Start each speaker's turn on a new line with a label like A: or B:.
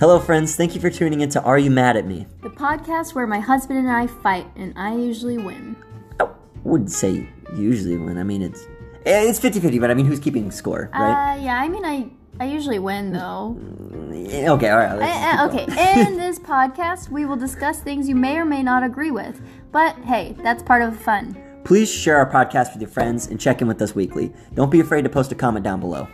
A: Hello, friends. Thank you for tuning in to Are You Mad at Me?
B: The podcast where my husband and I fight, and I usually win.
A: I wouldn't say usually when. I mean, it's eh, it's 50 50, but I mean, who's keeping score, right?
B: Uh, yeah, I mean, I I usually win though.
A: Eh, okay, all right. let's
B: Eh, eh,
A: keep
B: okay,
A: going.
B: in this podcast, we will discuss things you may or may not agree with, but hey, that's part of the fun.
A: Please share our podcast with your friends and check in with us weekly. Don't be afraid to post a comment down below.